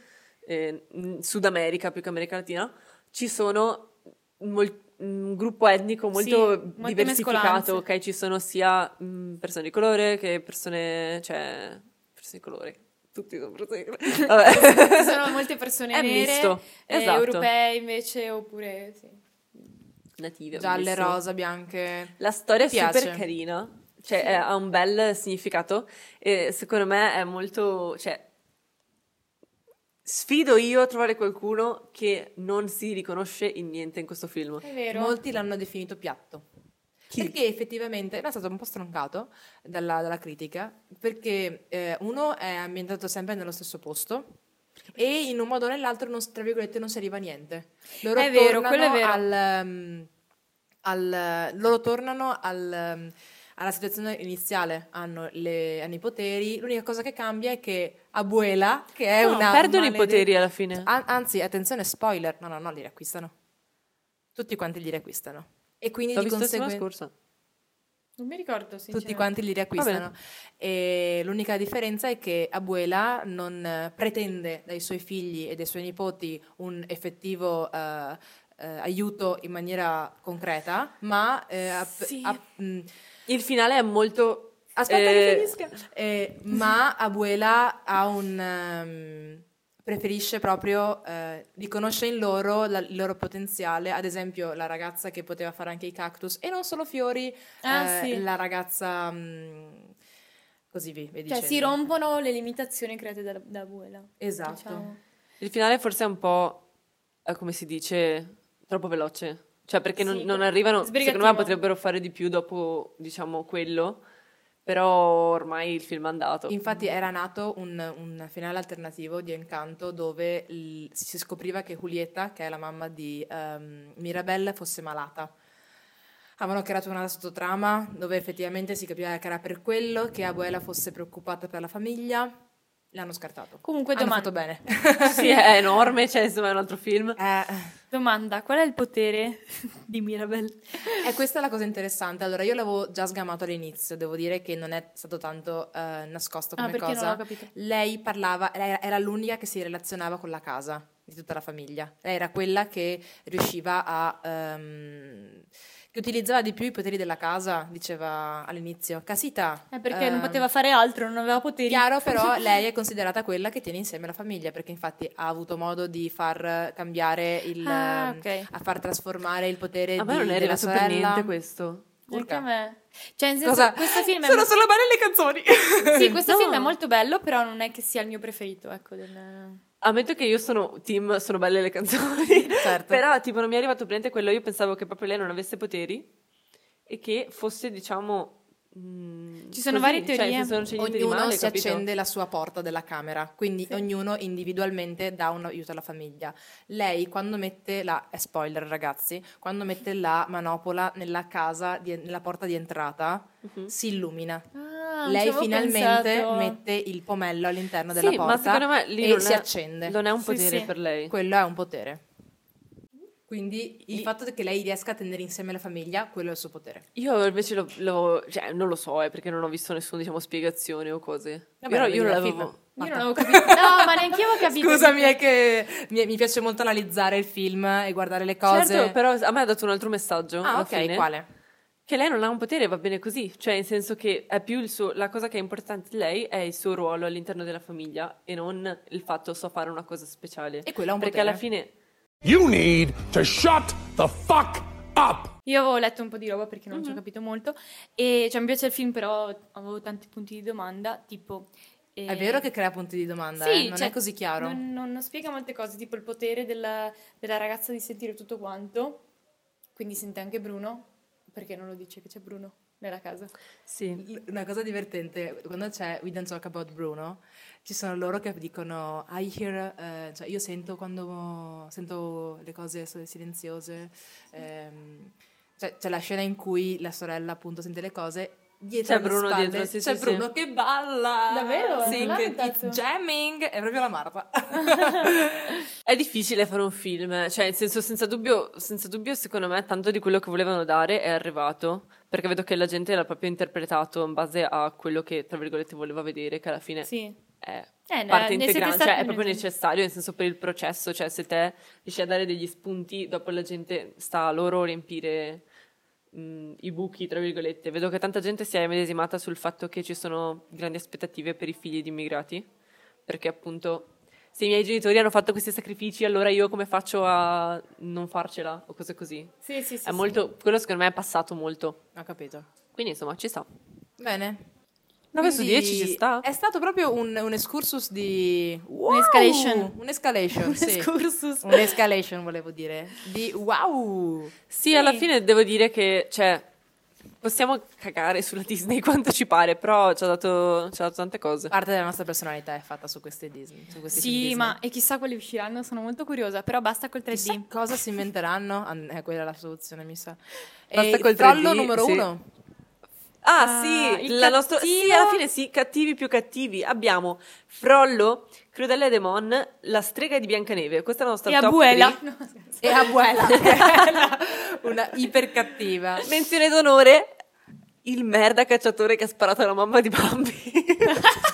eh, in Sud America più che America Latina, ci sono mol- un gruppo etnico molto
Sì, molte mescolanze.
diversificato, ok? Ci sono sia mh, persone di colore che persone, cioè, persone di colore. Tutti sono persone di colore. Vabbè.
Ci sono molte persone
È
nere,
misto,
eh,
esatto.
europee invece, oppure... Sì.
Native,
Gialle,
bellissimo.
rosa, bianche.
La storia è
Mi piace.
super carina, cioè è- ha un bel significato e secondo me è molto, cioè sfido io a trovare qualcuno che non si riconosce in niente in questo film.
È vero.
Molti l'hanno definito piatto.
Chi?
Perché effettivamente era stato un po' stroncato dalla, dalla critica, perché eh, uno è ambientato sempre nello stesso posto e in un modo o nell'altro, non, tra virgolette, non si arriva a niente. Loro
È vero,
tornano
quello è vero.
Al, um, al- loro tornano al, um, alla situazione iniziale, hanno, le- hanno i poteri, l'unica cosa che cambia è che Abuela, che è
No,
una...
perdono i
maledetta- Ah,
poteri alla fine.
An- anzi, attenzione, spoiler. No, no, no, li riacquistano. Tutti quanti li riacquistano. E quindi
L'ho
di
visto la settimana
conseguenza
scorsa.
Non mi ricordo, sinceramente.
tutti quanti li
Va
riacquistano. E l'unica differenza è che Abuela non eh, pretende dai suoi figli e dai suoi nipoti un effettivo eh, eh, aiuto in maniera concreta, ma eh, app-
Sì.
app- mh,
Il finale è molto...
Aspetta
eh,
che finisca. Eh, ma Abuela ha un... ehm, preferisce proprio, eh, riconosce in loro la- il loro potenziale, ad esempio la ragazza che poteva fare anche i cactus e non solo fiori,
Ah,
eh,
sì.
la ragazza... mm, così vi, vi
Cioè,
dicendo.
si rompono le limitazioni create da, da Abuela.
Esatto.
Diciamo.
Il finale forse è un po', eh, come si dice, troppo veloce. Cioè, perché non,
Sì,
non arrivano,
sbrigativo.
secondo me potrebbero fare di più dopo, diciamo, quello. Però ormai il film è
Esatto.
andato.
Infatti era nato un, un finale alternativo di Encanto dove il- si scopriva che Julieta, che è la mamma di ehm, Mirabelle, fosse malata. Avevano creato una sottotrama dove effettivamente si capiva che era per quello, che Abuela fosse preoccupata per la famiglia. L'hanno scartato.
Comunque,
Hanno
domanda.
fatto bene.
sì, è enorme, cioè, insomma, è un altro film.
Eh,
Domanda, qual è il potere di Mirabel?
e questa è la cosa interessante. Allora, io l'avevo già sgamato all'inizio, devo dire che non è stato tanto eh, nascosto
Ah,
come
perché
cosa.
non l'ho capito.
Lei parlava, era era l'unica che si relazionava con la casa. di tutta la famiglia. Lei era quella che riusciva a... ehm, che utilizzava di più i poteri della casa, diceva all'inizio. Casita!
Eh, perché non
ehm,
poteva fare altro, non aveva poteri.
Chiaro, però lei è considerata quella che tiene insieme la famiglia, perché infatti ha avuto modo di far cambiare il...
Ah,
ehm,
ok.
a far trasformare il potere
A
di,
me non è
della
arrivato
sorella.
per niente questo.
Anche
Urca.
a me. Cioè, in senso,
Cosa?
questo film è
Sono solo belle le canzoni.
Sì, questo
No.
film è molto bello, però non è che sia il mio preferito, ecco. del-
Ammetto che io sono team, sono belle le canzoni.
Certo.
Però, tipo, non mi è arrivato per niente quello. Io pensavo che proprio lei non avesse poteri e che fosse, diciamo. mm,
Ci sono varie
cioè,
teorie.
se non c'è niente di
ognuno
male,
si
capito?
accende la sua porta della camera, quindi
Sì.
ognuno individualmente dà un aiuto alla famiglia. Lei quando mette la eh, spoiler ragazzi, quando mette la manopola nella casa di- nella porta di entrata
Mhm.
si illumina.
Ah, non ci
Lei
avevo
finalmente
pensato.
mette il pomello all'interno
Sì,
della
ma
porta
secondo me lì
e
non
si
è-
accende.
Non è un
Sì,
potere
sì.
per lei.
Quello è un potere. Quindi il
Lì-
fatto che lei riesca a tenere insieme la famiglia, quello è il suo potere.
Io invece lo, lo- cioè, non lo so, è perché non ho visto nessuna diciamo, spiegazione o cose.
Vabbè,
Però
vedi
io non
la
l'avevo.
film.
Io non
Fatta.
avevo capito. No, ma neanche io avevo capito.
Scusami, è che mi, mi piace molto analizzare il film e guardare le cose.
Certo, però a me ha dato un altro messaggio.
ah,
alla
ok,
fine,
quale?
Che lei non ha un potere, va bene così. Cioè, in senso che è più il suo, la cosa che è importante di lei è il suo ruolo all'interno della famiglia e non il fatto so fare una cosa speciale.
E quello è un
Perché
potere.
alla fine
You need to shut the fuck up.
Io avevo letto un po' di roba perché non
Mhm.
ci ho capito molto. E cioè, mi piace il film, però avevo tanti punti di domanda. Tipo. eh,
È vero che crea punti di domanda,
Sì,
eh? non
cioè,
è così chiaro.
Non, non- non spiega molte cose, tipo il potere della, della ragazza di sentire tutto quanto. Quindi sente anche Bruno. Perché non lo dice che c'è Bruno nella casa?
Eh.
Sì.
L- Una cosa divertente, quando c'è We Don't Talk About Bruno, ci sono loro che dicono I hear, eh, cioè io sento quando sento le cose so- silenziose. ehm, cioè, c'è la scena in cui la sorella appunto sente le cose. Dietro
C'è
alle
Bruno
spalle
dietro, sì,
c'è
sì,
Bruno
sì.
che balla.
Davvero?
Sì,
Non l'ho
che it's
notato.
jamming. È proprio la Marta.
È difficile fare un film, eh. cioè, in senso, senza dubbio, senza dubbio, secondo me, tanto di quello che volevano dare è arrivato. Perché vedo che la gente l'ha proprio interpretato in base a quello che, tra virgolette, voleva vedere, che alla fine
Sì.
è
Eh, ne-
parte
ne siete
integrante,
stati
cioè, è proprio
un esempio.
necessario, nel senso, per il processo. Cioè, se te riesci a dare degli spunti, dopo la gente sta a loro riempire mh, i buchi, tra virgolette. Vedo che tanta gente si è medesimata sul fatto che ci sono grandi aspettative per i figli di immigrati, perché appunto se i miei genitori hanno fatto questi sacrifici, allora io come faccio a non farcela o cose così.
Sì, sì, sì.
è
sì.
molto, quello secondo me è passato molto.
Ho capito.
Quindi insomma, ci sta.
Bene.
9 su
Quindi
10 ci sta.
È stato proprio un, un excursus di...
Un'escalation.
Un'escalation, sì.
Excursus.
Un'escalation volevo dire. Di wow!
Sì, alla fine devo dire che, cioè, possiamo cagare sulla Disney quanto ci pare, però ci ha dato, ci ha dato tante cose.
Parte della nostra personalità è fatta su queste Disney. Su questi film
Sì,
Disney.
ma e chissà quali usciranno, sono molto curiosa, però basta col 3D.
Chissà cosa si inventeranno? Ah, eh, quella è la soluzione, mi sa.
Basta
e
col
il trollo
3D,
numero
sì.
uno.
Ah,
Ah,
sì,
il
la nostra- sì,
cattivo-
alla fine sì, cattivi più cattivi. Abbiamo Frollo, Crudella de Mon, la strega di Biancaneve. Questa è la nostra
E
top
Abuela.
3.
No, scherzo.
E Abuela, che era una ipercattiva.
Menzione d'onore, il merda cacciatore che ha sparato alla mamma di Bambi.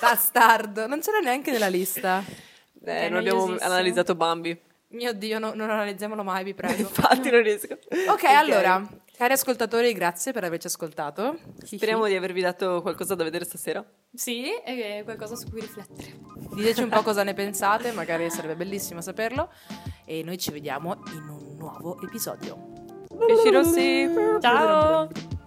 Bastardo. Non c'era neanche nella lista.
eh,
è
non abbiamo
noiosissimo.
analizzato Bambi,
Mio Dio, no- non analizziamolo mai, vi prego.
infatti non riesco.
ok, allora, cari ascoltatori, grazie per averci ascoltato.
Speriamo di avervi dato qualcosa da vedere stasera.
Sì, è qualcosa su cui riflettere.
Diteci un po' cosa ne pensate, magari sarebbe bellissimo saperlo. E noi ci vediamo in un nuovo episodio.
Pesci rossi.
Ciao!